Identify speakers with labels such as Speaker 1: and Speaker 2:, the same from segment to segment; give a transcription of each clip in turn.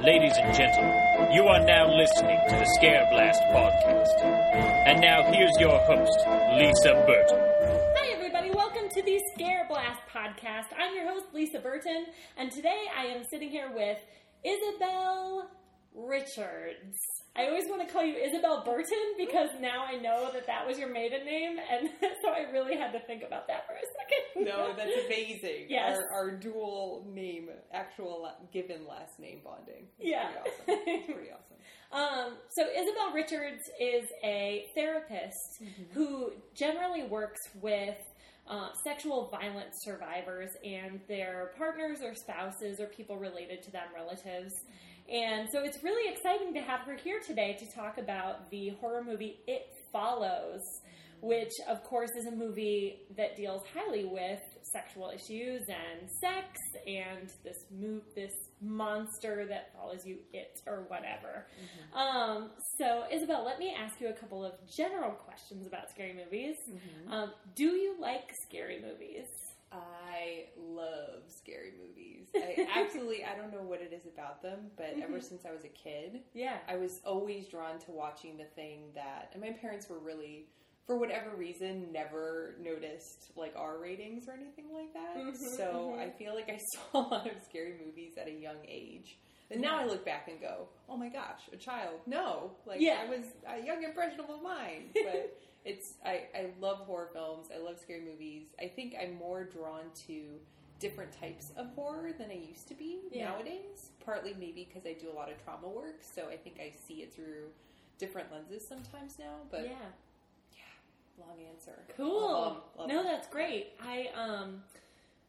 Speaker 1: Ladies and gentlemen, you are now listening to the Scare Blast podcast. And now here's your host, Lisa Burton.
Speaker 2: Hi, everybody. Welcome to the Scare Blast podcast. I'm your host, Lisa Burton, and today I am sitting here with Isabel Richards. I always want to call you Isabel Burton because now I know that that was your maiden name, and so I really had to think about that for a second.
Speaker 3: No, that's amazing.
Speaker 2: Yes.
Speaker 3: Our, our dual name, actual la- given last name bonding. It's
Speaker 2: Yeah.
Speaker 3: Pretty awesome. It's pretty awesome.
Speaker 2: Um, so Isabel Richards is a therapist who generally works with uh, sexual violence survivors and their partners or spouses or people related to them, relatives. And so it's really exciting to have her here today to talk about the horror movie It Follows, which, of course, is a movie that deals highly with sexual issues and sex and this mo- this monster that follows you, it or whatever. Um, so, Isabel, let me ask you a couple of general questions about scary movies.
Speaker 3: Mm-hmm.
Speaker 2: Um, do you like scary movies?
Speaker 3: I love scary movies. I absolutely, I don't know what it is about them, but
Speaker 2: Mm-hmm.
Speaker 3: ever since I was a kid,
Speaker 2: Yeah.
Speaker 3: I was always drawn to watching the thing that, and my parents were really, for whatever reason, never noticed like R ratings or anything like that.
Speaker 2: Mhm,
Speaker 3: so
Speaker 2: mhm.
Speaker 3: I feel like I saw a lot of scary movies at a young age. And now I look back and go, oh my gosh, a child. No, like
Speaker 2: Yeah.
Speaker 3: I was a young impressionable mind. But it's, I, I love horror films. I love scary movies. I think I'm more drawn to different types of horror than I used to be
Speaker 2: Yeah.
Speaker 3: nowadays. Partly maybe because I do a lot of trauma work, so I think I see it through different lenses sometimes now. But
Speaker 2: yeah.
Speaker 3: long answer.
Speaker 2: Cool.
Speaker 3: Love 'em, love
Speaker 2: no,
Speaker 3: 'em.
Speaker 2: that's great. I um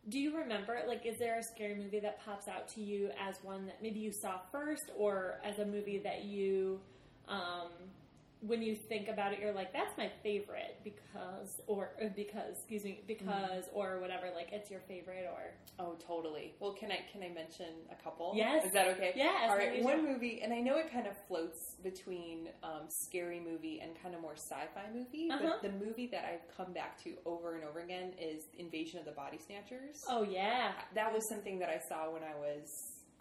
Speaker 2: do you remember like is there a scary movie that pops out to you as one that maybe you saw first or as a movie that you um when you think about it you're like that's my favorite because or uh, because excuse me because
Speaker 3: Mm-hmm.
Speaker 2: or whatever like it's your favorite or
Speaker 3: Oh, totally. Well, can I can I mention a couple?
Speaker 2: Yes.
Speaker 3: Is that okay?
Speaker 2: Yes,
Speaker 3: All right.
Speaker 2: please.
Speaker 3: One movie, and I know it kind of floats between um, scary movie and kind of more sci-fi movie.
Speaker 2: Uh-huh.
Speaker 3: But the movie that I've come back to over and over again is Invasion of the Body Snatchers.
Speaker 2: oh yeah
Speaker 3: that was something that I saw when I was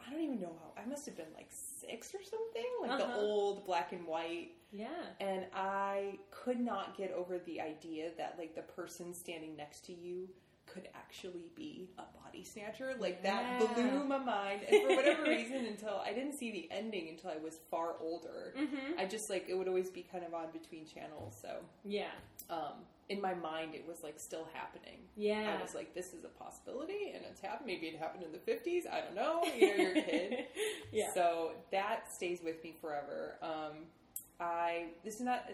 Speaker 3: I don't even know how I must have been like six or something, like the
Speaker 2: Uh-huh.
Speaker 3: old black and white.
Speaker 2: yeah
Speaker 3: And I could not get over the idea that like the person standing next to you could actually be a body snatcher. Like that
Speaker 2: Yeah.
Speaker 3: blew my mind. And for whatever reason, until I didn't see the ending until I was far older.
Speaker 2: mhm
Speaker 3: I just like it would always be kind of on between channels. So
Speaker 2: yeah
Speaker 3: um, in my mind, it was like still happening.
Speaker 2: yeah
Speaker 3: I was like, this is a possibility, and it's happened. Maybe it happened in the 50s. I don't know. You know, "Oh, you're a kid.
Speaker 2: yeah
Speaker 3: So that stays with me forever. Um, I this is not a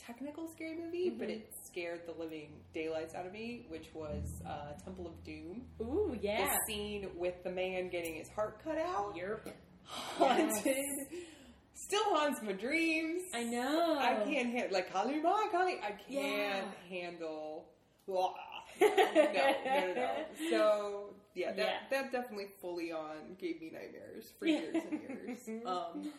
Speaker 3: technical scary movie, but
Speaker 2: Mhm.
Speaker 3: it scared the living daylights out of me, which was uh, Temple of Doom.
Speaker 2: ooh yeah
Speaker 3: The scene with the man getting his heart cut out,
Speaker 2: Yerp.
Speaker 3: haunted, still haunts my dreams.
Speaker 2: I know
Speaker 3: I can't handle like Kalima, Kali. I can't
Speaker 2: Yeah.
Speaker 3: handle. Blah. No, no, no, no. So yeah, that
Speaker 2: Yeah.
Speaker 3: that definitely fully on gave me nightmares for
Speaker 2: Yeah.
Speaker 3: years and years. um,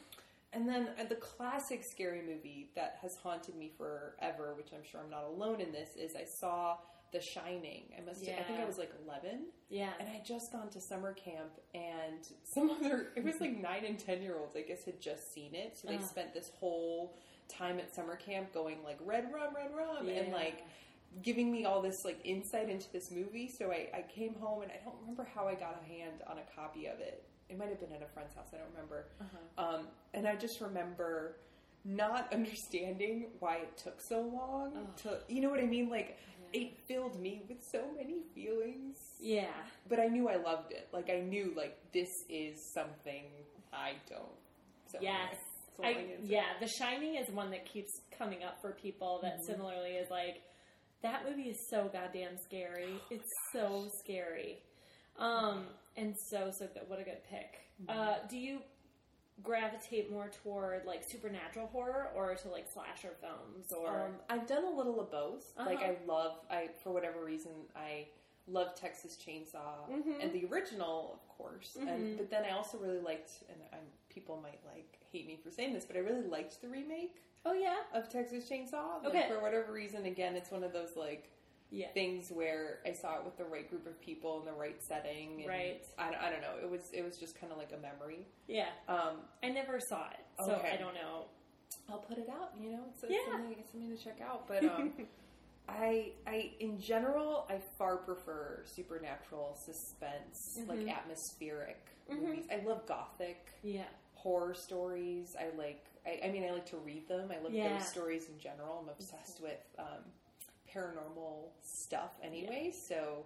Speaker 3: and then uh, the classic scary movie that has haunted me forever, which I'm sure I'm not alone in this, is I saw The Shining. I must. I think
Speaker 2: Yeah.
Speaker 3: I was like 11.
Speaker 2: yeah
Speaker 3: And I had just gone to summer camp, and some other, it was like nine and 10 year olds, I guess, had just seen it. So they
Speaker 2: Ugh.
Speaker 3: spent this whole time at summer camp going like red rum, red rum, and
Speaker 2: Yeah.
Speaker 3: like giving me all this like insight into this movie. So I, I came home, and I don't remember how I got a hand on a copy of it. It might have been at a friend's house, I don't remember.
Speaker 2: uh-huh.
Speaker 3: Um, and I just remember not understanding why it took so long
Speaker 2: Ugh.
Speaker 3: to, you know what I mean? Like, it filled me with so many feelings
Speaker 2: Yeah.
Speaker 3: but I knew I loved it. Like I knew like this is something I don't. So
Speaker 2: Yes.
Speaker 3: anyway, that's all
Speaker 2: I,
Speaker 3: can say.
Speaker 2: yeah, The Shining is one that keeps coming up for people that
Speaker 3: Mm-hmm.
Speaker 2: similarly is like, that movie is so goddamn scary.
Speaker 3: Oh,
Speaker 2: it's so scary. Um, and so, so good. What a good pick.
Speaker 3: Mm-hmm.
Speaker 2: Uh, do you gravitate more toward like supernatural horror or to like slasher films or?
Speaker 3: Um, I've done a little of both. Like
Speaker 2: Uh-huh.
Speaker 3: I love. I for whatever reason I love Texas Chainsaw
Speaker 2: Mhm.
Speaker 3: and the original, of course.
Speaker 2: Mhm.
Speaker 3: And but then I also really liked, and i people might like hate me for saying this, but I really liked the remake
Speaker 2: oh yeah.
Speaker 3: of Texas Chainsaw. Like,
Speaker 2: Okay.
Speaker 3: For whatever reason, again, it's one of those like
Speaker 2: Yeah.
Speaker 3: things where I saw it with the right group of people in the right setting. And
Speaker 2: Right.
Speaker 3: I, don't- I don't know. It was it was just kind of like a memory.
Speaker 2: Yeah.
Speaker 3: Um,
Speaker 2: I never saw it, so
Speaker 3: Okay.
Speaker 2: I don't know.
Speaker 3: I'll put it out. You know, it's, it's
Speaker 2: Yeah.
Speaker 3: something it's something to check out. But um, I I in general I far prefer supernatural suspense
Speaker 2: Mhm.
Speaker 3: like atmospheric
Speaker 2: Mhm.
Speaker 3: movies. I love gothic
Speaker 2: Yeah.
Speaker 3: horror stories. I like. I, I mean, I like to read them. I love
Speaker 2: Yeah.
Speaker 3: ghost stories in general. I'm obsessed with um, paranormal stuff anyway. So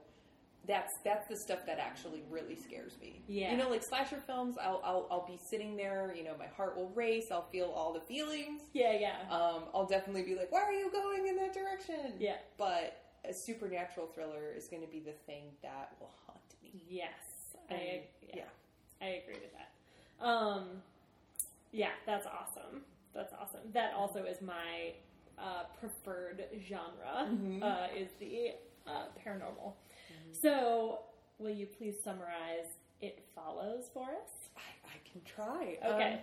Speaker 3: that's that's the stuff that actually really scares me.
Speaker 2: Yeah.
Speaker 3: you know, like slasher films. I'll I'll, I'll be sitting there. You know, my heart will race. I'll feel all the feelings.
Speaker 2: Yeah, yeah.
Speaker 3: Um, I'll definitely be like, "Why are you going in that direction?"
Speaker 2: Yeah.
Speaker 3: But a supernatural thriller is going to be the thing that will haunt me.
Speaker 2: Yes. I
Speaker 3: And,
Speaker 2: yeah, I agree with that. Um yeah, that's awesome. That's awesome. That also is my uh, preferred genre
Speaker 3: Mhm.
Speaker 2: uh, is the uh, paranormal. Mm-hmm. So, will you please summarize it follows for us?
Speaker 3: I, I can try.
Speaker 2: Okay.
Speaker 3: Um,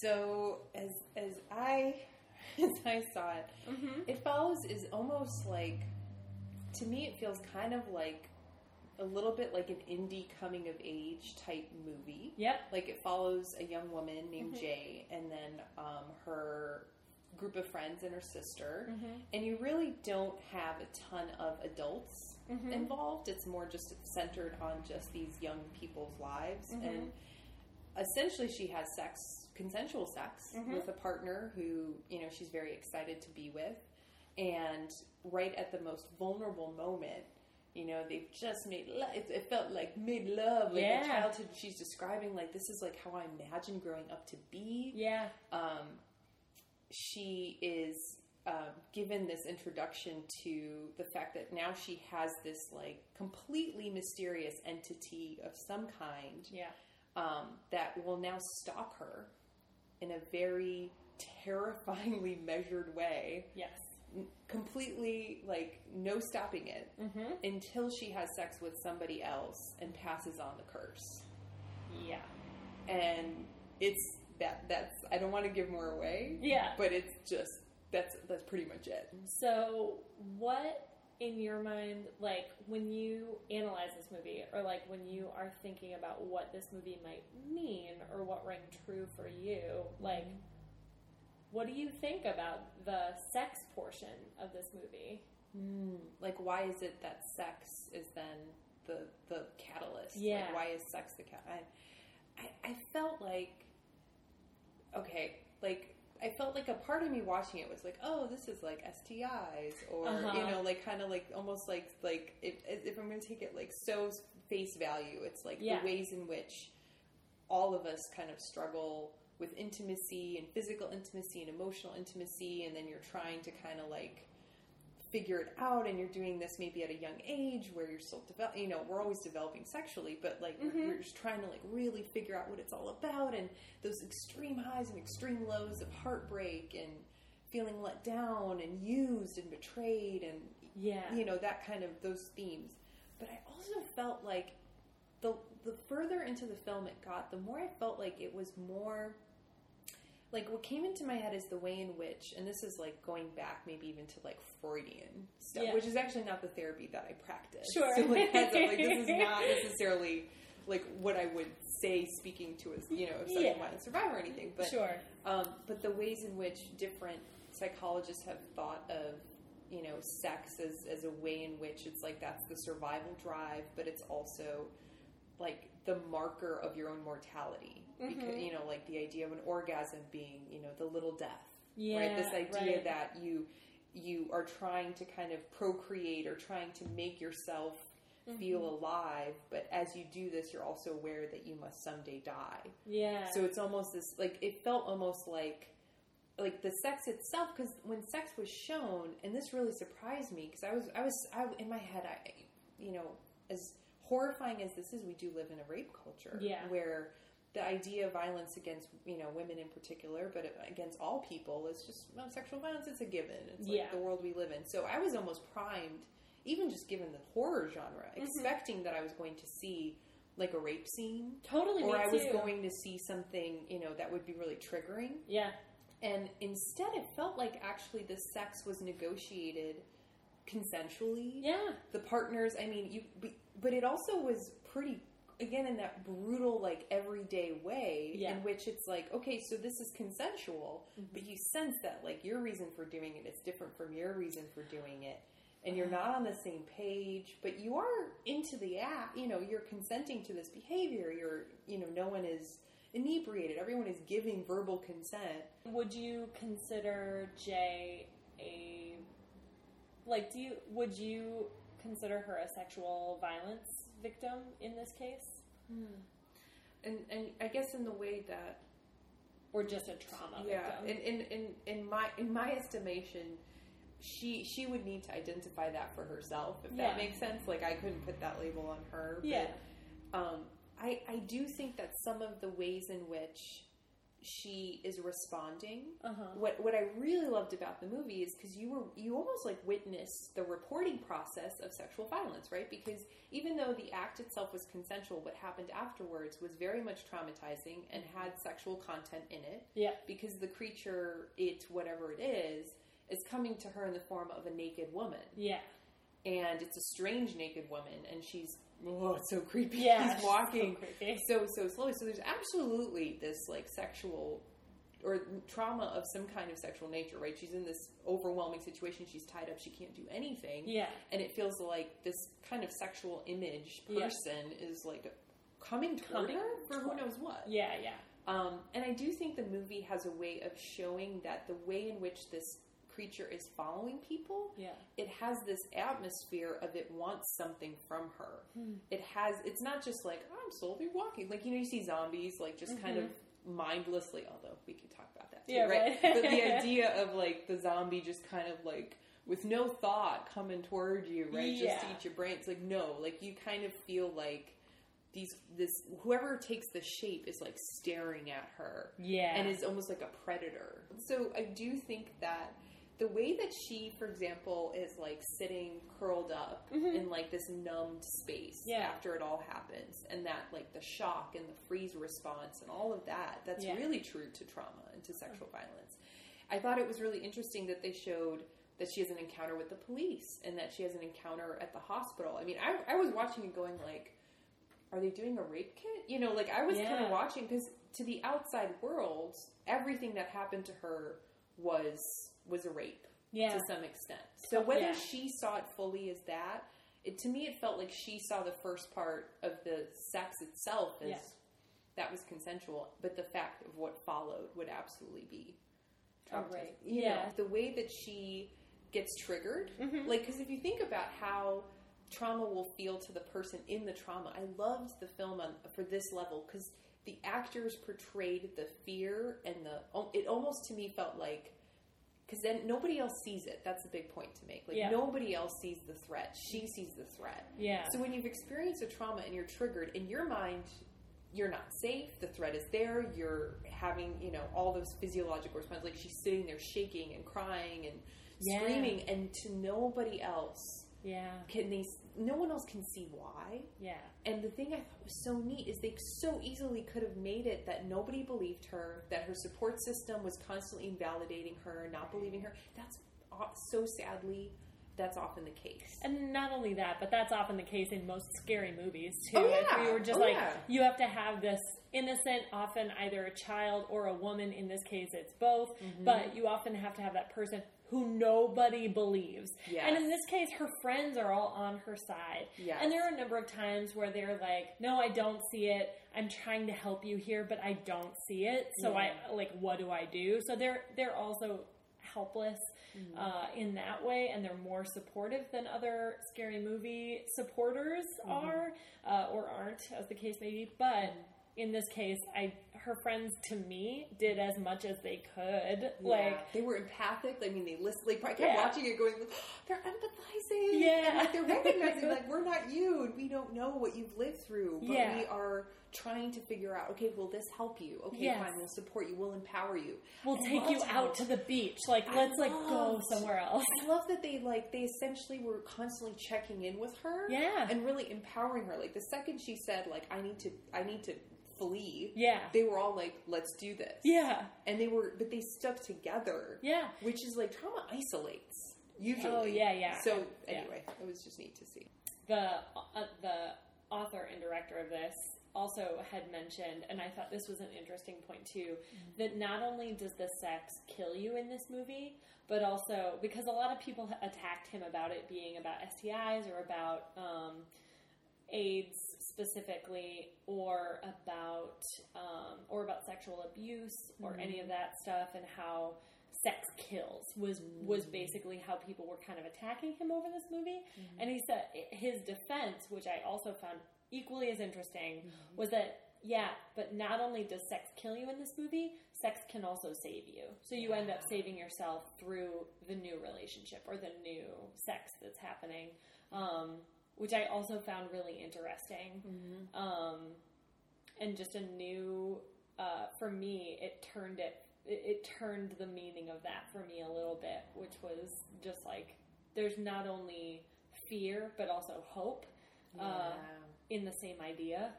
Speaker 3: so as as I as I saw it,
Speaker 2: Mm-hmm.
Speaker 3: it follows is almost like to me it feels kind of like a little bit like an indie coming of age type movie.
Speaker 2: Yep.
Speaker 3: Like it follows a young woman named
Speaker 2: Mhm.
Speaker 3: Jay and then um, her group of friends and her sister.
Speaker 2: Mhm.
Speaker 3: And you really don't have a ton of adults
Speaker 2: Mhm.
Speaker 3: involved. It's more just centered on just these young people's lives.
Speaker 2: Mhm.
Speaker 3: And essentially, she has sex, consensual sex,
Speaker 2: Mhm.
Speaker 3: with a partner who, you know, she's very excited to be with. And right at the most vulnerable moment, you know, they've just made love. It, it felt like made love, like
Speaker 2: Yeah.
Speaker 3: the childhood she's describing. Like, this is like how I imagine growing up to be
Speaker 2: Yeah.
Speaker 3: um, she is um, given this introduction to the fact that now she has this like completely mysterious entity of some kind
Speaker 2: Yeah.
Speaker 3: um, that will now stalk her in a very terrifyingly measured way
Speaker 2: Yes.
Speaker 3: n- completely like no stopping it
Speaker 2: Mm-hmm.
Speaker 3: until she has sex with somebody else and passes on the curse
Speaker 2: Yeah.
Speaker 3: and it's that that's i don't want to give more away
Speaker 2: Yeah.
Speaker 3: but it's just that's that's pretty much it.
Speaker 2: So, what in your mind, like when you analyze this movie, or like when you are thinking about what this movie might mean or what rang true for you, like what do you think about the sex portion of this movie?
Speaker 3: Hmm, Like, why is it that sex is then the the catalyst?
Speaker 2: Yeah.
Speaker 3: Like, why is sex the catalyst? I, I felt like okay, like I felt like a part of me watching it was like, oh, this is like STIs, or you
Speaker 2: Uh-huh.
Speaker 3: know, like kind of like almost like like if, if I'm going to take it like so face value, it's like
Speaker 2: Yeah.
Speaker 3: the ways in which all of us kind of struggle with intimacy and physical intimacy and emotional intimacy, and then you're trying to kind of like figure it out and you're doing this maybe at a young age where you're still develop you know we're always developing sexually but like we're-
Speaker 2: Mhm.
Speaker 3: we're just trying to like really figure out what it's all about and those extreme highs and extreme lows of heartbreak and feeling let down and used and betrayed and
Speaker 2: Yeah.
Speaker 3: you know that kind of those themes but i also felt like the the further into the film it got the more i felt like it was more like what came into my head is the way in which and this is like going back maybe even to like freudian stuff
Speaker 2: Yeah.
Speaker 3: which is actually not the therapy that i practice
Speaker 2: Sure.
Speaker 3: so like, heads up, like this is not necessarily like what i would say speaking to a you know if someone
Speaker 2: Yeah.
Speaker 3: wanted to survive or anything but
Speaker 2: sure.
Speaker 3: um, but the ways in which different psychologists have thought of, you know, sex as, as a way in which it's like that's the survival drive, but it's also like the marker of your own mortality. Because,
Speaker 2: Mhm.
Speaker 3: you know, like the idea of an orgasm being, you know, the little death.
Speaker 2: Yeah.
Speaker 3: right? This idea
Speaker 2: right.
Speaker 3: that you you are trying to kind of procreate or trying to make yourself
Speaker 2: Mm-hmm.
Speaker 3: feel alive, but as you do this, you're also aware that you must someday die.
Speaker 2: Yeah.
Speaker 3: So it's almost this like it felt almost like like the sex itself because when sex was shown, and this really surprised me because I was I was I, in my head I you know as horrifying as this is, we do live in a rape culture
Speaker 2: Yeah.
Speaker 3: where the idea of violence against you know women in particular, but against all people is just well, sexual violence. It's a given. It's
Speaker 2: Yeah.
Speaker 3: like the world we live in. So I was almost primed, even just given the horror genre,
Speaker 2: Mm-hmm.
Speaker 3: expecting that I was going to see like a rape scene
Speaker 2: totally.
Speaker 3: or
Speaker 2: me
Speaker 3: I was
Speaker 2: too.
Speaker 3: going to see something, you know, that would be really triggering.
Speaker 2: Yeah.
Speaker 3: And instead, it felt like actually the sex was negotiated consensually.
Speaker 2: Yeah.
Speaker 3: The partners, I mean, you, but- but it also was pretty, again, in that brutal, like everyday way,
Speaker 2: Yeah.
Speaker 3: in which it's like, okay, so this is consensual, but you sense that like your reason for doing it is different from your reason for doing it, and you're not on the same page, but you are into the act. You know, you're consenting to this behavior. You're, you know, no one is inebriated. Everyone is giving verbal consent.
Speaker 2: Would you consider Jay a like do you would you consider her a sexual violence victim in this case?
Speaker 3: And and I guess in the way that
Speaker 2: Or just a trauma
Speaker 3: yeah
Speaker 2: victim?
Speaker 3: in, in in in my in my estimation she she would need to identify that for herself if
Speaker 2: Yeah.
Speaker 3: that makes sense like i couldn't put that label on her but,
Speaker 2: yeah.
Speaker 3: um i i do think that some of the ways in which she is responding
Speaker 2: Uh-huh.
Speaker 3: what what i really loved about the movie is because you were you almost like witnessed the reporting process of sexual violence right because even though the act itself was consensual what happened afterwards was very much traumatizing and had sexual content in it
Speaker 2: Yeah.
Speaker 3: because the creature, it, whatever it is, is coming to her in the form of a naked woman.
Speaker 2: Yeah.
Speaker 3: And it's a strange naked woman, and she's, oh, it's so creepy.
Speaker 2: Yeah.
Speaker 3: she's walking
Speaker 2: So creepy.
Speaker 3: so, so slowly. So there's absolutely this, like, sexual or trauma of some kind of sexual nature, right? She's in this overwhelming situation. She's tied up. She can't do anything.
Speaker 2: Yeah.
Speaker 3: And it feels like this kind of sexual image
Speaker 2: Yeah.
Speaker 3: person is, like, coming toward
Speaker 2: Coming
Speaker 3: her for who
Speaker 2: toward-
Speaker 3: knows what.
Speaker 2: Yeah, yeah.
Speaker 3: Um, and I do think the movie has a way of showing that the way in which this creature is following people,
Speaker 2: Yeah.
Speaker 3: it has this atmosphere of it wants something from her.
Speaker 2: Hmm.
Speaker 3: It has, it's not just like, "Oh, I'm slowly walking. Like, you know, you see zombies, like, just kind of mindlessly, although we could talk about that too,
Speaker 2: Mm-hmm. Yeah,
Speaker 3: right?
Speaker 2: right.
Speaker 3: but the idea of, like, the zombie just kind of, like, with no thought coming toward you, right? Just to
Speaker 2: Yeah.
Speaker 3: eat your brain. It's like, no, like, you kind of feel like, these this whoever takes the shape is like staring at her
Speaker 2: Yeah.
Speaker 3: and is almost like a predator. So I do think that the way that she, for example, is like sitting curled up in like this numbed space
Speaker 2: Mm-hmm. Yeah.
Speaker 3: after it all happens, and that like the shock and the freeze response and all of that, that's
Speaker 2: Yeah. Uh-huh.
Speaker 3: really true to trauma and to sexual violence. I thought it was really interesting that they showed that she has an encounter with the police and that she has an encounter at the hospital. I mean, I, I was watching and going like, are they doing a rape kit? You know, like I was kind
Speaker 2: Yeah.
Speaker 3: of watching because to the outside world, everything that happened to her was was a rape
Speaker 2: yeah. Oh,
Speaker 3: to some extent. So whether
Speaker 2: Yeah.
Speaker 3: she saw it fully as that, it to me it felt like she saw the first part of the sex itself as
Speaker 2: Yeah.
Speaker 3: that was consensual, but the fact of what followed would absolutely be
Speaker 2: A
Speaker 3: traumatizing.
Speaker 2: rape. Yeah.
Speaker 3: You
Speaker 2: Mm-hmm.
Speaker 3: know, the way that she gets triggered, like because if you think about how trauma will feel to the person in the trauma, I loved the film on, for this level because the actors portrayed the fear and the it almost to me felt like because then nobody else sees it. That's a big point to make. Like
Speaker 2: Yeah.
Speaker 3: nobody else sees the threat. She sees the threat.
Speaker 2: Yeah.
Speaker 3: So when you've experienced a trauma and you're triggered, in your mind, you're not safe. The threat is there. You're having, you know, all those physiological responses. Like she's sitting there shaking and crying and
Speaker 2: Yeah.
Speaker 3: screaming, and to nobody else
Speaker 2: yeah.
Speaker 3: can they. No one else can see why.
Speaker 2: Yeah.
Speaker 3: And the thing I thought was so neat is they so easily could have made it that nobody believed her, that her support system was constantly invalidating her, not believing her. That's o- so sadly, that's often the case.
Speaker 2: And not only that, but that's often the case in most scary movies too.
Speaker 3: Oh,
Speaker 2: If
Speaker 3: yeah.
Speaker 2: you were just
Speaker 3: Oh,
Speaker 2: like,
Speaker 3: yeah.
Speaker 2: you have to have this innocent, often either a child or a woman. In this case, it's both.
Speaker 3: Mm-hmm.
Speaker 2: But you often have to have that person who nobody believes.
Speaker 3: Yes.
Speaker 2: And in this case, her friends are all on her side.
Speaker 3: Yes.
Speaker 2: And there are a number of times where they're like, "No, I don't see it. I'm trying to help you here, but I don't see it. So
Speaker 3: Yeah.
Speaker 2: I like, what do I do?" So they're they're also helpless
Speaker 3: Mm-hmm.
Speaker 2: uh, in that way, and they're more supportive than other scary movie supporters
Speaker 3: Mm-hmm.
Speaker 2: are uh, or aren't, as the case may be. But in this case, I her friends to me did as much as they could. Like,
Speaker 3: they were empathic. I mean, they listen. Like I kept
Speaker 2: Yeah.
Speaker 3: watching it, going, like, they're empathizing.
Speaker 2: Yeah.
Speaker 3: and, like they're recognizing, like we're not you, and we don't know what you've lived through, but
Speaker 2: Yeah.
Speaker 3: we are trying to figure out. Okay, will this help you? Okay,
Speaker 2: Yes.
Speaker 3: fine. We'll support you. We'll empower you.
Speaker 2: we'll
Speaker 3: I
Speaker 2: take you
Speaker 3: loved
Speaker 2: out
Speaker 3: how-
Speaker 2: to the beach. Like,
Speaker 3: I
Speaker 2: let's like go
Speaker 3: loved-
Speaker 2: somewhere else.
Speaker 3: I love that they like they essentially were constantly checking in with her,
Speaker 2: Yeah.
Speaker 3: and really empowering her. Like the second she said, like I need to, I need to flee,
Speaker 2: Yeah.
Speaker 3: they were all like, let's do this,
Speaker 2: Yeah.
Speaker 3: and they were, but they stuck together,
Speaker 2: Yeah.
Speaker 3: which is like trauma isolates. Usually.
Speaker 2: Oh, yeah, yeah.
Speaker 3: So
Speaker 2: Yeah.
Speaker 3: anyway, it was just neat to see.
Speaker 2: the uh, the author and director of this also had mentioned, and I thought this was an interesting point too, that not only does the sex kill you in this movie, but also because a lot of people ha- attacked him about it being about STIs or about um, AIDS specifically, or about um, or about sexual abuse or any of that stuff, and how sex kills was was basically how people were kind of attacking him over this movie. And he said his defense, which I also found equally as interesting, was that. Yeah, but not only does sex kill you in this movie, sex can also save you. So you end up saving yourself through the new relationship or the new sex that's happening. Um, which I also found really interesting. Um, and just a new, uh, for me, it turned it, it, it turned the meaning of that for me a little bit, which was just like, there's not only fear, but also hope uh, in the same idea,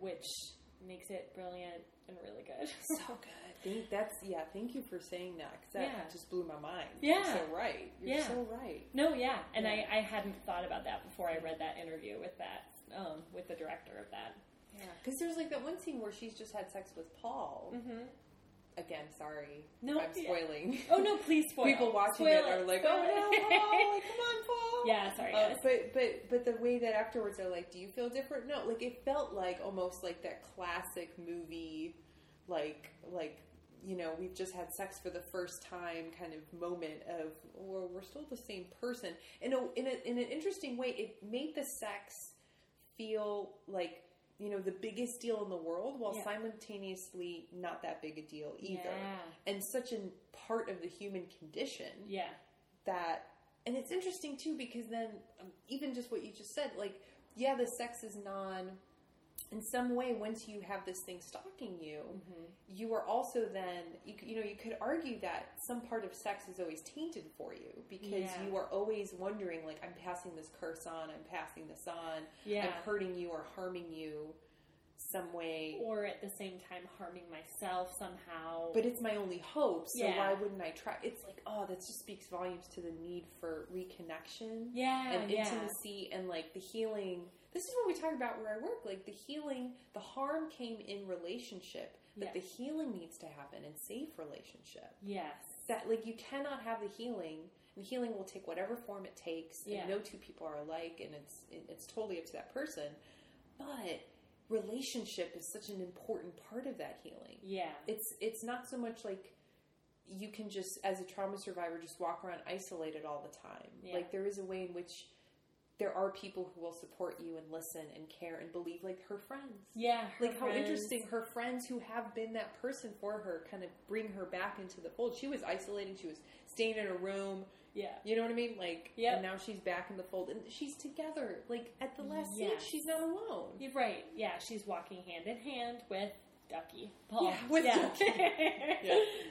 Speaker 2: which makes it brilliant and really good.
Speaker 3: so good. Thank, that's yeah. Thank you for saying that because that
Speaker 2: Yeah.
Speaker 3: just blew my mind.
Speaker 2: Yeah.
Speaker 3: You're so right. You're
Speaker 2: Yeah.
Speaker 3: so right.
Speaker 2: no, yeah. And
Speaker 3: Yeah.
Speaker 2: I, I hadn't thought about that before I read that interview with that, um, with the director of that.
Speaker 3: Yeah. Because there's like that one scene where she's just had sex with Paul.
Speaker 2: hmm
Speaker 3: Again, sorry.
Speaker 2: No,
Speaker 3: I'm
Speaker 2: yeah.
Speaker 3: spoiling.
Speaker 2: Oh no, please spoil.
Speaker 3: People watching
Speaker 2: Spoil
Speaker 3: it are like,
Speaker 2: Spoil
Speaker 3: "Oh
Speaker 2: it."
Speaker 3: no, Paul! Like, come on, Paul!"
Speaker 2: yeah, sorry
Speaker 3: Uh,
Speaker 2: guys.
Speaker 3: but but but the way that afterwards they're like, "Do you feel different?" No, like it felt like almost like that classic movie, like like you know we've just had sex for the first time kind of moment of well, we're still the same person. In a, in a in an interesting way, it made the sex feel like you know the biggest deal in the world while
Speaker 2: Yeah.
Speaker 3: simultaneously not that big a deal either
Speaker 2: Yeah.
Speaker 3: and such a part of the human condition
Speaker 2: Yeah.
Speaker 3: that and it's interesting too because then um, even just what you just said like yeah the sex is non in some way once you have this thing stalking you
Speaker 2: Mm-hmm.
Speaker 3: you are also then you, c- you know you could argue that some part of sex is always tainted for you because
Speaker 2: Yeah.
Speaker 3: you are always wondering like i'm passing this curse on i'm passing this on i'm
Speaker 2: Yeah.
Speaker 3: hurting you or harming you some way
Speaker 2: Or at the same time harming myself somehow.
Speaker 3: but it's my only hope so
Speaker 2: Yeah.
Speaker 3: why wouldn't i try it's like oh that just speaks volumes to the need for reconnection
Speaker 2: yeah,
Speaker 3: and
Speaker 2: Oh, yeah.
Speaker 3: intimacy and like the healing. This is what we talk about where I work. Like the healing, the harm came in relationship, but
Speaker 2: Yeah.
Speaker 3: the healing needs to happen in safe relationship.
Speaker 2: Yes.
Speaker 3: That like you cannot have the healing, and healing will take whatever form it takes.
Speaker 2: Yeah.
Speaker 3: And no two people are alike, and it's it, it's totally up to that person. But relationship is such an important part of that healing
Speaker 2: Yeah.
Speaker 3: it's it's not so much like you can just as a trauma survivor just walk around isolated all the time
Speaker 2: Yeah.
Speaker 3: like there is a way in which there are people who will support you and listen and care and believe like her friends
Speaker 2: Yeah. her
Speaker 3: like how
Speaker 2: friends.
Speaker 3: interesting her friends who have been that person for her kind of bring her back into the fold she was isolating she was staying in a room
Speaker 2: Yeah.
Speaker 3: you know what i mean like
Speaker 2: Yep.
Speaker 3: and now she's back in the fold and she's together like at the last
Speaker 2: Yes.
Speaker 3: scene she's not alone
Speaker 2: You're right. Yeah, she's walking hand in hand with Ducky. Paul.
Speaker 3: Yeah, with Ducky.
Speaker 2: yeah.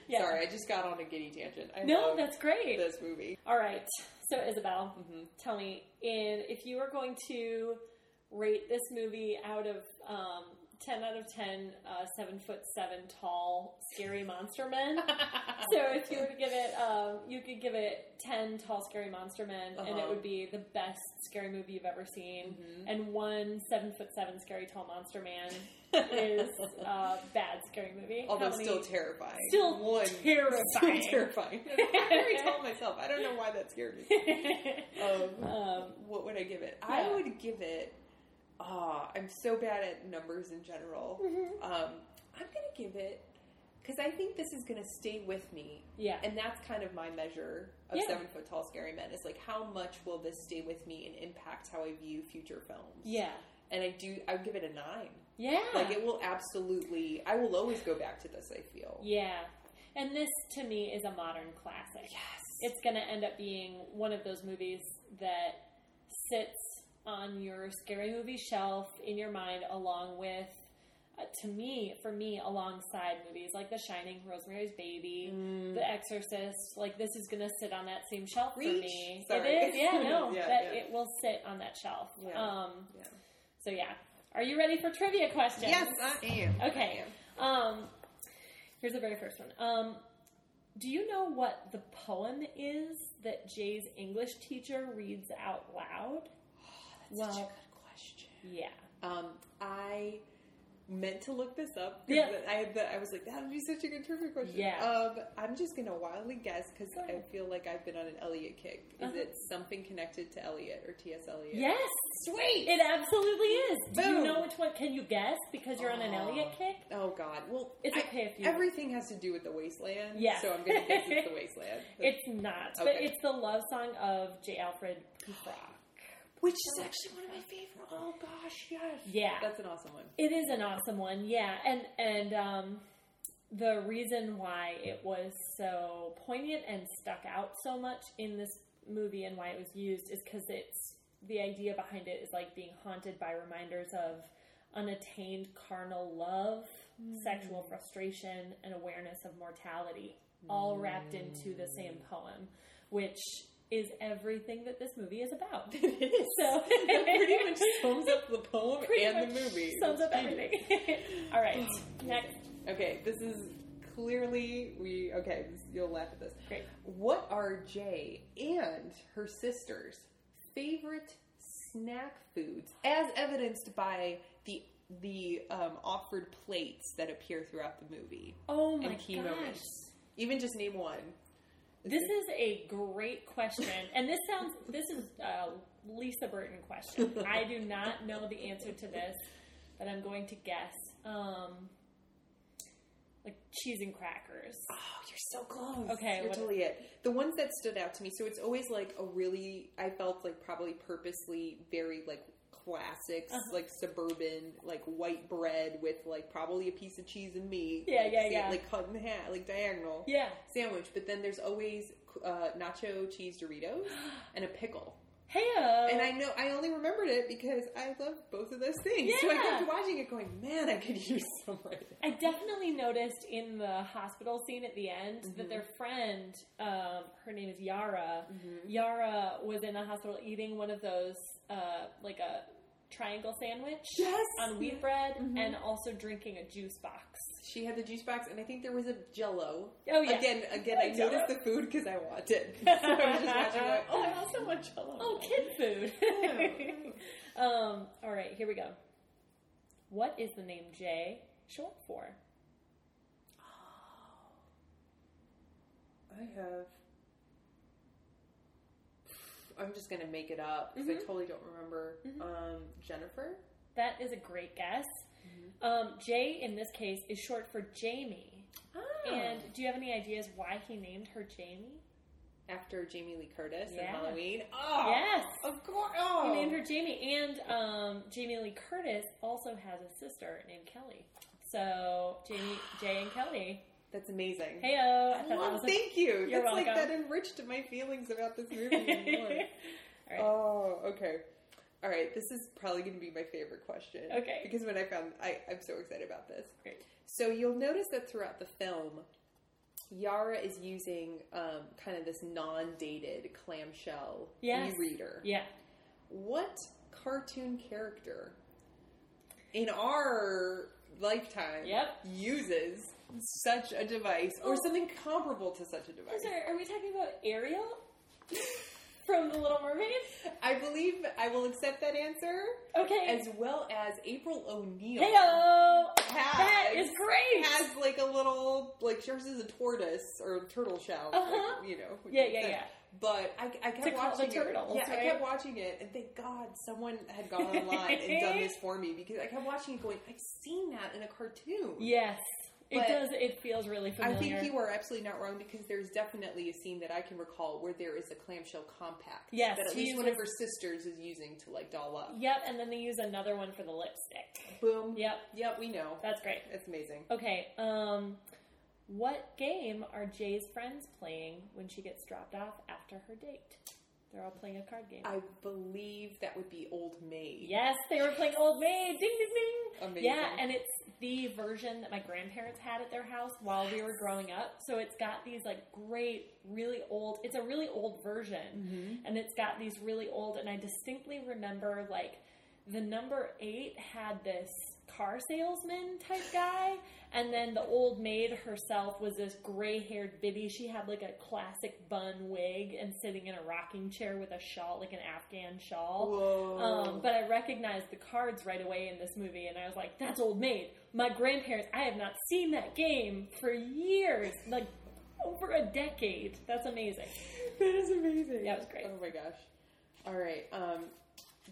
Speaker 2: Yeah.
Speaker 3: sorry Um, i just got on a giddy tangent i
Speaker 2: No,
Speaker 3: love
Speaker 2: that's great.
Speaker 3: this movie
Speaker 2: All right. So Isabel,
Speaker 3: Mm-hmm.
Speaker 2: tell me in if you were going to rate this movie out of um, ten out of ten, uh, seven foot seven tall, scary monster men. so if you were to give it, um, you could give it ten tall, scary monster men, and it
Speaker 3: Uh-huh. Mm-hmm.
Speaker 2: would be the best scary movie you've ever seen. And one seven foot seven scary tall monster man is uh, bad scary movie.
Speaker 3: Although
Speaker 2: How many-
Speaker 3: still terrifying.
Speaker 2: Still
Speaker 3: one
Speaker 2: terrifying.
Speaker 3: Still terrifying. I'm very tall myself. I don't know why that scared me. Um,
Speaker 2: um,
Speaker 3: what would I give it?
Speaker 2: Yeah.
Speaker 3: I would give it. Ah, I'm so bad at numbers in general.
Speaker 2: Mm-hmm.
Speaker 3: Um, I'm gonna give it because I think this is gonna stay with me,
Speaker 2: yeah.
Speaker 3: and that's kind of my measure of
Speaker 2: Yeah.
Speaker 3: seven foot tall scary men. Is like how much will this stay with me and impact how I view future films?
Speaker 2: yeah.
Speaker 3: And I do. I would give it a nine.
Speaker 2: Yeah.
Speaker 3: Like it will absolutely. I will always go back to this. I feel.
Speaker 2: Yeah. And this to me is a modern classic.
Speaker 3: Yes.
Speaker 2: It's going to end up being one of those movies that sits on your scary movie shelf in your mind along with uh, to me for me alongside movies like The Shining, Rosemary's Baby,
Speaker 3: Mm.
Speaker 2: The Exorcist, like this is going to sit on that same shelf for
Speaker 3: Reach.
Speaker 2: me.
Speaker 3: Sorry.
Speaker 2: It is. Yeah, no.
Speaker 3: Yeah,
Speaker 2: that
Speaker 3: yeah.
Speaker 2: it will sit on that shelf.
Speaker 3: Yeah.
Speaker 2: Um
Speaker 3: Yeah.
Speaker 2: so yeah. Are you ready for trivia questions?
Speaker 3: Yes, I am.
Speaker 2: Okay.
Speaker 3: I am.
Speaker 2: Um, here's the very first one. Um, Do you know what the poem is that Jay's English teacher reads out loud?
Speaker 3: That's such a
Speaker 2: Well-
Speaker 3: good question.
Speaker 2: Yeah.
Speaker 3: Um, I meant to look this up. 'cause
Speaker 2: Yeah.
Speaker 3: that- I that I was like, that would be such a good trivia question.
Speaker 2: Yeah.
Speaker 3: Um, I'm just gonna wildly guess because
Speaker 2: Go
Speaker 3: I
Speaker 2: ahead.
Speaker 3: feel like I've been on an Elliot kick. Is
Speaker 2: Uh-huh.
Speaker 3: it something connected to Elliot or T.S. Eliot?
Speaker 2: Yes!
Speaker 3: Sweet.
Speaker 2: It absolutely is. Do you
Speaker 3: Boom.
Speaker 2: know which one? Can you guess because you're on an
Speaker 3: Aw.
Speaker 2: Elliot kick?
Speaker 3: Oh God. Well,
Speaker 2: It's
Speaker 3: I-
Speaker 2: okay if you-
Speaker 3: Everything has to do with the wasteland.
Speaker 2: Yeah.
Speaker 3: So I'm gonna guess it's the wasteland.
Speaker 2: It's not, but
Speaker 3: Okay.
Speaker 2: it's the love song of J. Alfred Prufrock.
Speaker 3: Which is actually one of my favorite. Oh gosh, yes.
Speaker 2: Yeah.
Speaker 3: That's an awesome one.
Speaker 2: It is an awesome one, yeah, and and um, the reason why it was so poignant and stuck out so much in this movie and why it was used is because it's the idea behind it is like being haunted by reminders of unattained carnal love,
Speaker 3: Mm.
Speaker 2: sexual frustration, and awareness of mortality, all wrapped into the same
Speaker 3: Mm.
Speaker 2: poem, which is everything that this movie is about.
Speaker 3: it is.
Speaker 2: So
Speaker 3: that pretty much sums up the poem
Speaker 2: pretty
Speaker 3: and the
Speaker 2: much
Speaker 3: movie.
Speaker 2: Sums up
Speaker 3: It's genius.
Speaker 2: everything. All right, next.
Speaker 3: Okay, this is clearly we. Okay, this, you'll laugh at this.
Speaker 2: Great.
Speaker 3: What are Jay and her sister's favorite snack foods, as evidenced by the the um, offered plates that appear throughout the movie
Speaker 2: Oh my
Speaker 3: and key
Speaker 2: gosh,
Speaker 3: moments? Even just name one.
Speaker 2: this is a great question, and this sounds this is a Lisa Burton question. I do not know the answer to this, but I'm going to guess. Um, like cheese and crackers.
Speaker 3: Oh, you're so close.
Speaker 2: Okay,
Speaker 3: you're
Speaker 2: what-
Speaker 3: totally it. The ones that stood out to me. So it's always like a really. I felt like probably purposely very like classics,
Speaker 2: Uh-huh.
Speaker 3: like suburban, like white bread with like probably a piece of cheese and meat.
Speaker 2: Yeah,
Speaker 3: like,
Speaker 2: yeah,
Speaker 3: sa-
Speaker 2: yeah.
Speaker 3: Like cut in half, like diagonal
Speaker 2: Yeah.
Speaker 3: sandwich. But then there's always uh, nacho cheese Doritos and a pickle.
Speaker 2: Hey.
Speaker 3: And I know I only remembered it because I love both of those things. So I
Speaker 2: Yeah.
Speaker 3: kept watching it, going, "Man, I could use some right now."
Speaker 2: I definitely noticed in the hospital scene at the end
Speaker 3: Mm-hmm.
Speaker 2: that their friend, um, her name is Yara.
Speaker 3: Mm-hmm.
Speaker 2: Yara was in the hospital eating one of those, uh, like a triangle sandwich
Speaker 3: Yes. Mm-hmm.
Speaker 2: on wheat bread, and also drinking a juice box.
Speaker 3: She had the juice box, and I think there was a Jello.
Speaker 2: Oh, yeah.
Speaker 3: Again, again, I
Speaker 2: Jell-O.
Speaker 3: noticed the food because I want it. so I was just watching. Going, oh, I also want Jello.
Speaker 2: Oh, kid food. um, all right, here we go. What is the name J short for?
Speaker 3: I have. I'm just gonna make it up because I
Speaker 2: Mm-hmm.
Speaker 3: totally don't remember. Um, Jennifer.
Speaker 2: That is a great guess. Um, J in this case is short for Jamie. And do you have any ideas why he named her Jamie?
Speaker 3: after Jamie Lee Curtis and
Speaker 2: Yeah.
Speaker 3: Halloween. Oh,
Speaker 2: Yes.
Speaker 3: Of course. Oh.
Speaker 2: He named her Jamie, and um, Jamie Lee Curtis also has a sister named Kelly. So Jamie, Jay, and Kelly.
Speaker 3: That's amazing.
Speaker 2: Heyo!
Speaker 3: I
Speaker 2: thought that
Speaker 3: love-
Speaker 2: was a-
Speaker 3: thank you.
Speaker 2: You're
Speaker 3: That's like
Speaker 2: welcome.
Speaker 3: that enriched my feelings about this movie. even more.
Speaker 2: All right.
Speaker 3: Oh, okay. All right, this is probably going to be my favorite question.
Speaker 2: Okay.
Speaker 3: Because when I found, I, I'm so excited about this.
Speaker 2: Great.
Speaker 3: So you'll notice that throughout the film, Yara is using um, kind of this non-dated clamshell
Speaker 2: Yes.
Speaker 3: reader.
Speaker 2: Yeah.
Speaker 3: What cartoon character in our lifetime
Speaker 2: Yep.
Speaker 3: uses such a device or
Speaker 2: Oh.
Speaker 3: something comparable to such a device?
Speaker 2: I'm sorry, are we talking about Ariel from The Little Mermaid?
Speaker 3: I believe I will accept that answer.
Speaker 2: Okay.
Speaker 3: as well as April O'Neil.
Speaker 2: Heyo!
Speaker 3: Has,
Speaker 2: That is great.
Speaker 3: Has like a little like she hers is a tortoise or a turtle shell. like,
Speaker 2: Uh-huh.
Speaker 3: you know. which
Speaker 2: Yeah,
Speaker 3: makes
Speaker 2: yeah,
Speaker 3: sense.
Speaker 2: yeah.
Speaker 3: But I, I kept
Speaker 2: To call the
Speaker 3: watching it.
Speaker 2: turtles,
Speaker 3: yeah, I
Speaker 2: right?
Speaker 3: kept watching it, and thank God someone had gone online and done this for me because I kept watching it, going, I've seen that in a cartoon.
Speaker 2: Yes. It
Speaker 3: But-
Speaker 2: does. It feels really
Speaker 3: I
Speaker 2: familiar.
Speaker 3: think you are absolutely not wrong because there's definitely a scene that I can recall where there is a clamshell compact
Speaker 2: Yes,
Speaker 3: that at
Speaker 2: she
Speaker 3: least one of her
Speaker 2: uses-
Speaker 3: sisters is using to like doll up.
Speaker 2: Yep, and then they use another one for the lipstick.
Speaker 3: Boom.
Speaker 2: Yep,
Speaker 3: Yep. We know.
Speaker 2: that's great.
Speaker 3: That's amazing.
Speaker 2: Okay, um, what game are Jay's friends playing when she gets dropped off after her date? They're all playing a card game.
Speaker 3: I believe that would be Old Maid.
Speaker 2: yes, they were playing Old Maid. Ding, ding, ding.
Speaker 3: Amazing.
Speaker 2: Yeah, and it's the version that my grandparents had at their house while we were growing up. So it's got these like great, really old. It's a really old version, and it's got these really old. And I distinctly remember like the number eight had this car salesman type guy. And then the old maid herself was this gray haired biddy. She had like a classic bun wig and sitting in a rocking chair with a shawl, like an Afghan shawl.
Speaker 3: Whoa.
Speaker 2: Um, but I recognized the cards right away in this movie, and I was like, "That's Old Maid." My grandparents. I have not seen that game for years, like over a decade. That's amazing.
Speaker 3: that is amazing.
Speaker 2: Yeah, it was great.
Speaker 3: Oh my gosh. All right. Um,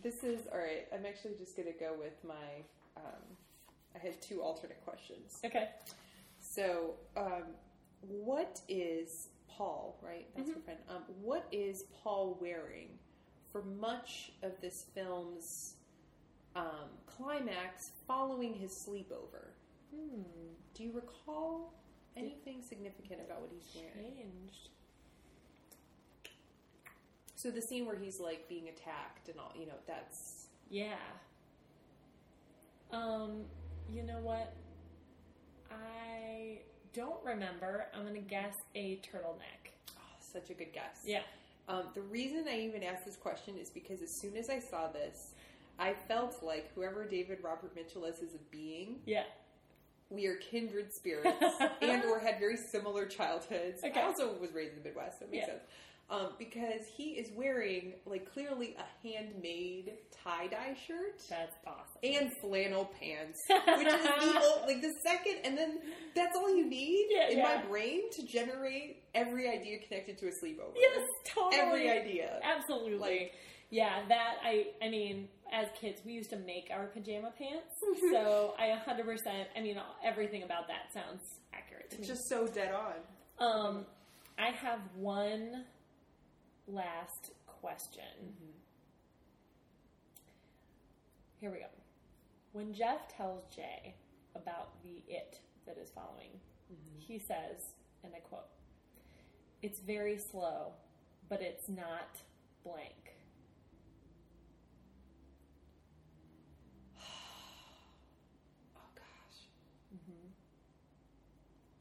Speaker 3: this is all right. I'm actually just gonna go with my. Um, I had two alternate questions.
Speaker 2: Okay.
Speaker 3: So, um, what is Paul? Right, that's her friend. Um, what is Paul wearing for much of this film's um, climax, following his sleepover? Do you recall anything significant about what he's wearing?
Speaker 2: Changed.
Speaker 3: So the scene where he's like being attacked and all, you know, that's
Speaker 2: Yeah. Um, you know what? I don't remember. I'm gonna guess a turtleneck.
Speaker 3: oh, such a good guess.
Speaker 2: Yeah.
Speaker 3: Um, the reason I even asked this question is because as soon as I saw this, I felt like whoever David Robert Mitchell is as a being,
Speaker 2: Yeah.
Speaker 3: we are kindred spirits and or had very similar childhoods.
Speaker 2: Okay.
Speaker 3: I also was raised in the Midwest, so it makes
Speaker 2: Yeah.
Speaker 3: sense. Um, because he is wearing like clearly a handmade tie dye shirt.
Speaker 2: That's awesome.
Speaker 3: and flannel pants, which is the old, like the second, and then that's all you need
Speaker 2: Yeah,
Speaker 3: in
Speaker 2: yeah.
Speaker 3: my brain to generate every idea connected to a sleepover.
Speaker 2: Yes, Oh. totally.
Speaker 3: every idea.
Speaker 2: Absolutely.
Speaker 3: Like-
Speaker 2: yeah, that I I mean, as kids we used to make our pajama pants.
Speaker 3: Mm-hmm.
Speaker 2: so I 100% I mean everything about that sounds accurate. To me.
Speaker 3: It's just so dead on.
Speaker 2: um I have one last question. Here we go. When Jeff tells Jay about the it that is following,
Speaker 3: Mm-hmm.
Speaker 2: he says, and I quote, It's very slow, but it's not blank.
Speaker 3: Oh gosh,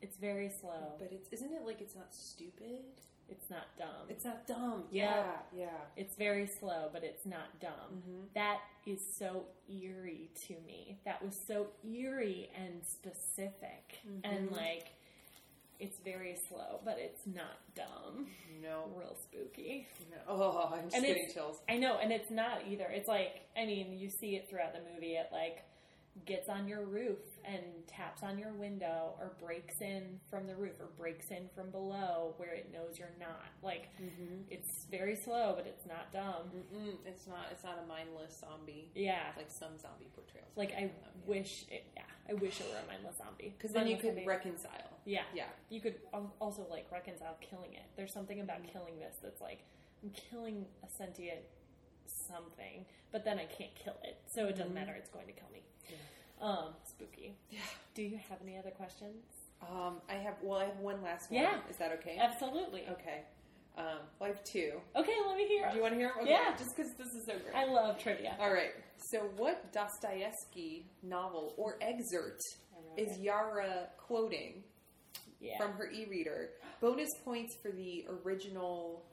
Speaker 2: It's very slow,
Speaker 3: but it's isn't it like it's not stupid?
Speaker 2: it's not dumb.
Speaker 3: It's not dumb.
Speaker 2: Yeah.
Speaker 3: yeah. Mm-hmm.
Speaker 2: It's very slow, but it's not dumb. That is so eerie to me. That was so eerie and specific. And like, it's very slow, but it's not dumb.
Speaker 3: No,
Speaker 2: Real spooky.
Speaker 3: no. Oh, I'm just
Speaker 2: And
Speaker 3: getting
Speaker 2: it's-
Speaker 3: chills.
Speaker 2: I know, and it's not either. It's like, I mean, you see it throughout the movie. It like gets on your roof and taps on your window or breaks in from the roof or breaks in from below where it knows you're not. Like, it's very slow, but it's not dumb.
Speaker 3: Mm-mm, Mm-hmm. it's not. It's not a mindless zombie.
Speaker 2: Yeah.
Speaker 3: It's like some zombie portrayals.
Speaker 2: Like I
Speaker 3: Yeah.
Speaker 2: wish it. Yeah, I wish it were a mindless zombie.
Speaker 3: because then you
Speaker 2: Mindless
Speaker 3: could
Speaker 2: zombie.
Speaker 3: reconcile.
Speaker 2: Yeah,
Speaker 3: Yeah.
Speaker 2: You could al- also like reconcile killing it. There's something about
Speaker 3: Mm-hmm.
Speaker 2: killing this that's like I'm killing a sentient something, but then I can't kill it, so it doesn't matter. It's going to kill me. Um, spooky.
Speaker 3: Mm-hmm. Yeah.
Speaker 2: Do you have any other questions?
Speaker 3: Um, I have. Well, I have one last one.
Speaker 2: Yeah.
Speaker 3: Is that okay?
Speaker 2: Absolutely. Okay,
Speaker 3: Okay. Um, well, I have two.
Speaker 2: let me hear.
Speaker 3: Do you want to hear them? Okay,
Speaker 2: Yeah.
Speaker 3: Just because this is so great.
Speaker 2: I love trivia.
Speaker 3: All right. So, what Dostoevsky novel or excerpt
Speaker 2: I wrote
Speaker 3: is
Speaker 2: it.
Speaker 3: Yara quoting
Speaker 2: yeah.
Speaker 3: from her e-reader? Bonus points for the original,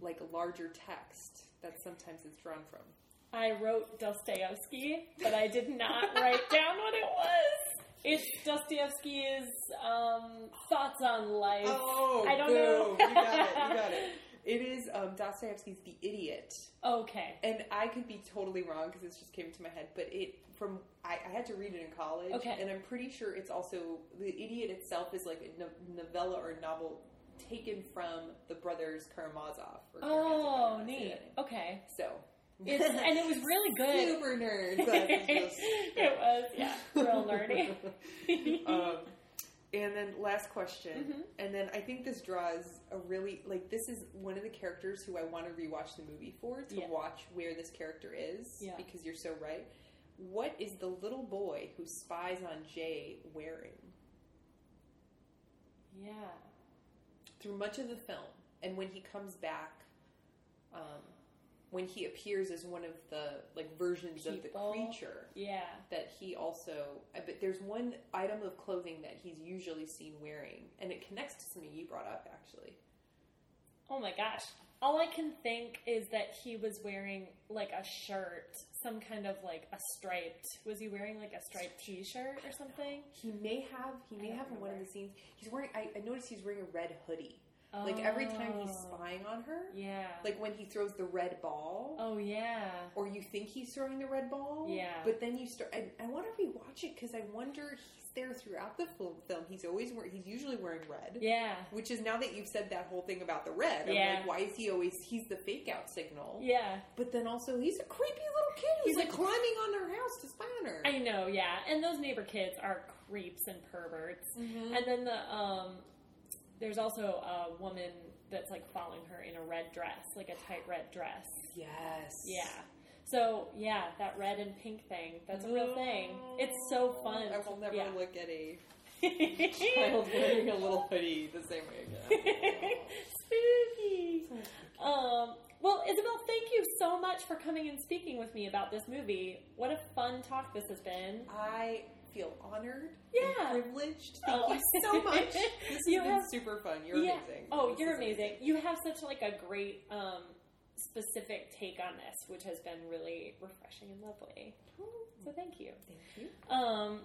Speaker 3: like larger text that sometimes it's drawn from.
Speaker 2: I wrote Dostoevsky, but I did not write down what it was. It's Dostoevsky's um, thoughts on life.
Speaker 3: Oh,
Speaker 2: I don't know.
Speaker 3: you got it. You got it. It is um, Dostoevsky's The Idiot.
Speaker 2: okay.
Speaker 3: and I could be totally wrong because this just came to my head, but it from I, I had to read it in college,
Speaker 2: Okay.
Speaker 3: and I'm pretty sure it's also the idiot itself is like a no- novella or novel taken from the brothers Karamazov. Or Karamazov, I
Speaker 2: Oh,
Speaker 3: don't know how to say
Speaker 2: neat.
Speaker 3: that name.
Speaker 2: Okay.
Speaker 3: So
Speaker 2: It's, and it was really good.
Speaker 3: super nerd. glasses,
Speaker 2: it was, yeah, real nerdy.
Speaker 3: just- um, and then last question,
Speaker 2: Mm-hmm.
Speaker 3: and then I think this draws a really like this is one of the characters who I want to rewatch the movie for to
Speaker 2: Yeah.
Speaker 3: watch where this character is
Speaker 2: Yeah.
Speaker 3: because you're so right. What is the little boy who spies on Jay wearing
Speaker 2: yeah.
Speaker 3: through much of the film, and when he comes back? Um, when he appears as one of the like versions of the
Speaker 2: People.
Speaker 3: creature,
Speaker 2: Yeah.
Speaker 3: that he also uh, but there's one item of clothing that he's usually seen wearing and it connects to something you brought up actually
Speaker 2: Oh my gosh. All I can think is that he was wearing like a shirt, some kind of like a striped. Was he wearing like a striped t shirt or something?
Speaker 3: He may have. He may
Speaker 2: don't
Speaker 3: have in one of
Speaker 2: remember.
Speaker 3: the scenes. He's wearing. I, I noticed he's wearing a red hoodie. Like every time he's
Speaker 2: Oh.
Speaker 3: spying on her.
Speaker 2: Yeah.
Speaker 3: Like when he throws the red ball.
Speaker 2: oh yeah.
Speaker 3: Or you think he's throwing the red ball,
Speaker 2: Yeah.
Speaker 3: But then you start. I, I want to rewatch it because I wonder he's there throughout the film. Film. He's always wearing. He's usually wearing red.
Speaker 2: Yeah.
Speaker 3: Which is now that you've said that whole thing about the red, I'm
Speaker 2: Yeah.
Speaker 3: like, why is he always? He's the fake out signal.
Speaker 2: Yeah.
Speaker 3: But then also, he's a creepy little kid who's
Speaker 2: He's a-
Speaker 3: like climbing on her house to spy on her.
Speaker 2: I know, yeah. And those neighbor kids are creeps and perverts. And then the um there's also a woman that's like following her in a red dress, like a tight red dress.
Speaker 3: yes.
Speaker 2: Yeah. So yeah, that red and pink thing, that's a real thing. It's so fun.
Speaker 3: I will never
Speaker 2: yeah.
Speaker 3: look at a child wearing
Speaker 2: Spooky.
Speaker 3: a little hoodie the same way again.
Speaker 2: Um, well, Isabel, thank you so much for coming and speaking with me about this movie. What a fun talk this has been.
Speaker 3: I feel honored
Speaker 2: Yeah.
Speaker 3: and privileged. Thank
Speaker 2: Oh.
Speaker 3: you so much. This has
Speaker 2: You
Speaker 3: been
Speaker 2: have-
Speaker 3: super fun. You're
Speaker 2: Yeah.
Speaker 3: amazing.
Speaker 2: Oh,
Speaker 3: This
Speaker 2: you're
Speaker 3: is
Speaker 2: amazing. You have such like a great um, specific take on this, which has been really refreshing and lovely. So thank you.
Speaker 3: Thank you.
Speaker 2: Um,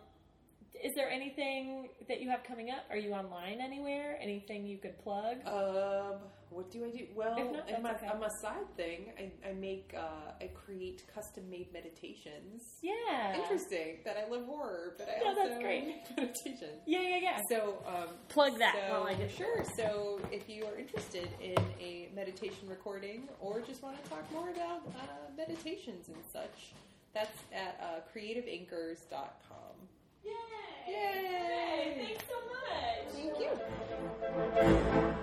Speaker 2: is there anything that you have coming up? Are you online anywhere? Anything you could plug?
Speaker 3: Um, what do I do? Well,
Speaker 2: If not,
Speaker 3: in my,
Speaker 2: that's okay.
Speaker 3: on my side thing, I, I make, uh, I create custom made meditations.
Speaker 2: yeah.
Speaker 3: Interesting that I love horror, but I
Speaker 2: No,
Speaker 3: also
Speaker 2: Uh, that's great.
Speaker 3: make meditations.
Speaker 2: Yeah, yeah, yeah.
Speaker 3: So, um,
Speaker 2: Plug that
Speaker 3: so,
Speaker 2: while I get
Speaker 3: sure. So, if you are interested in a meditation recording or just want to talk more about uh, meditations and such, that's at uh, creativeanchors.com.
Speaker 2: Yay!
Speaker 3: Yay!
Speaker 2: Thanks so much.
Speaker 3: Thank you.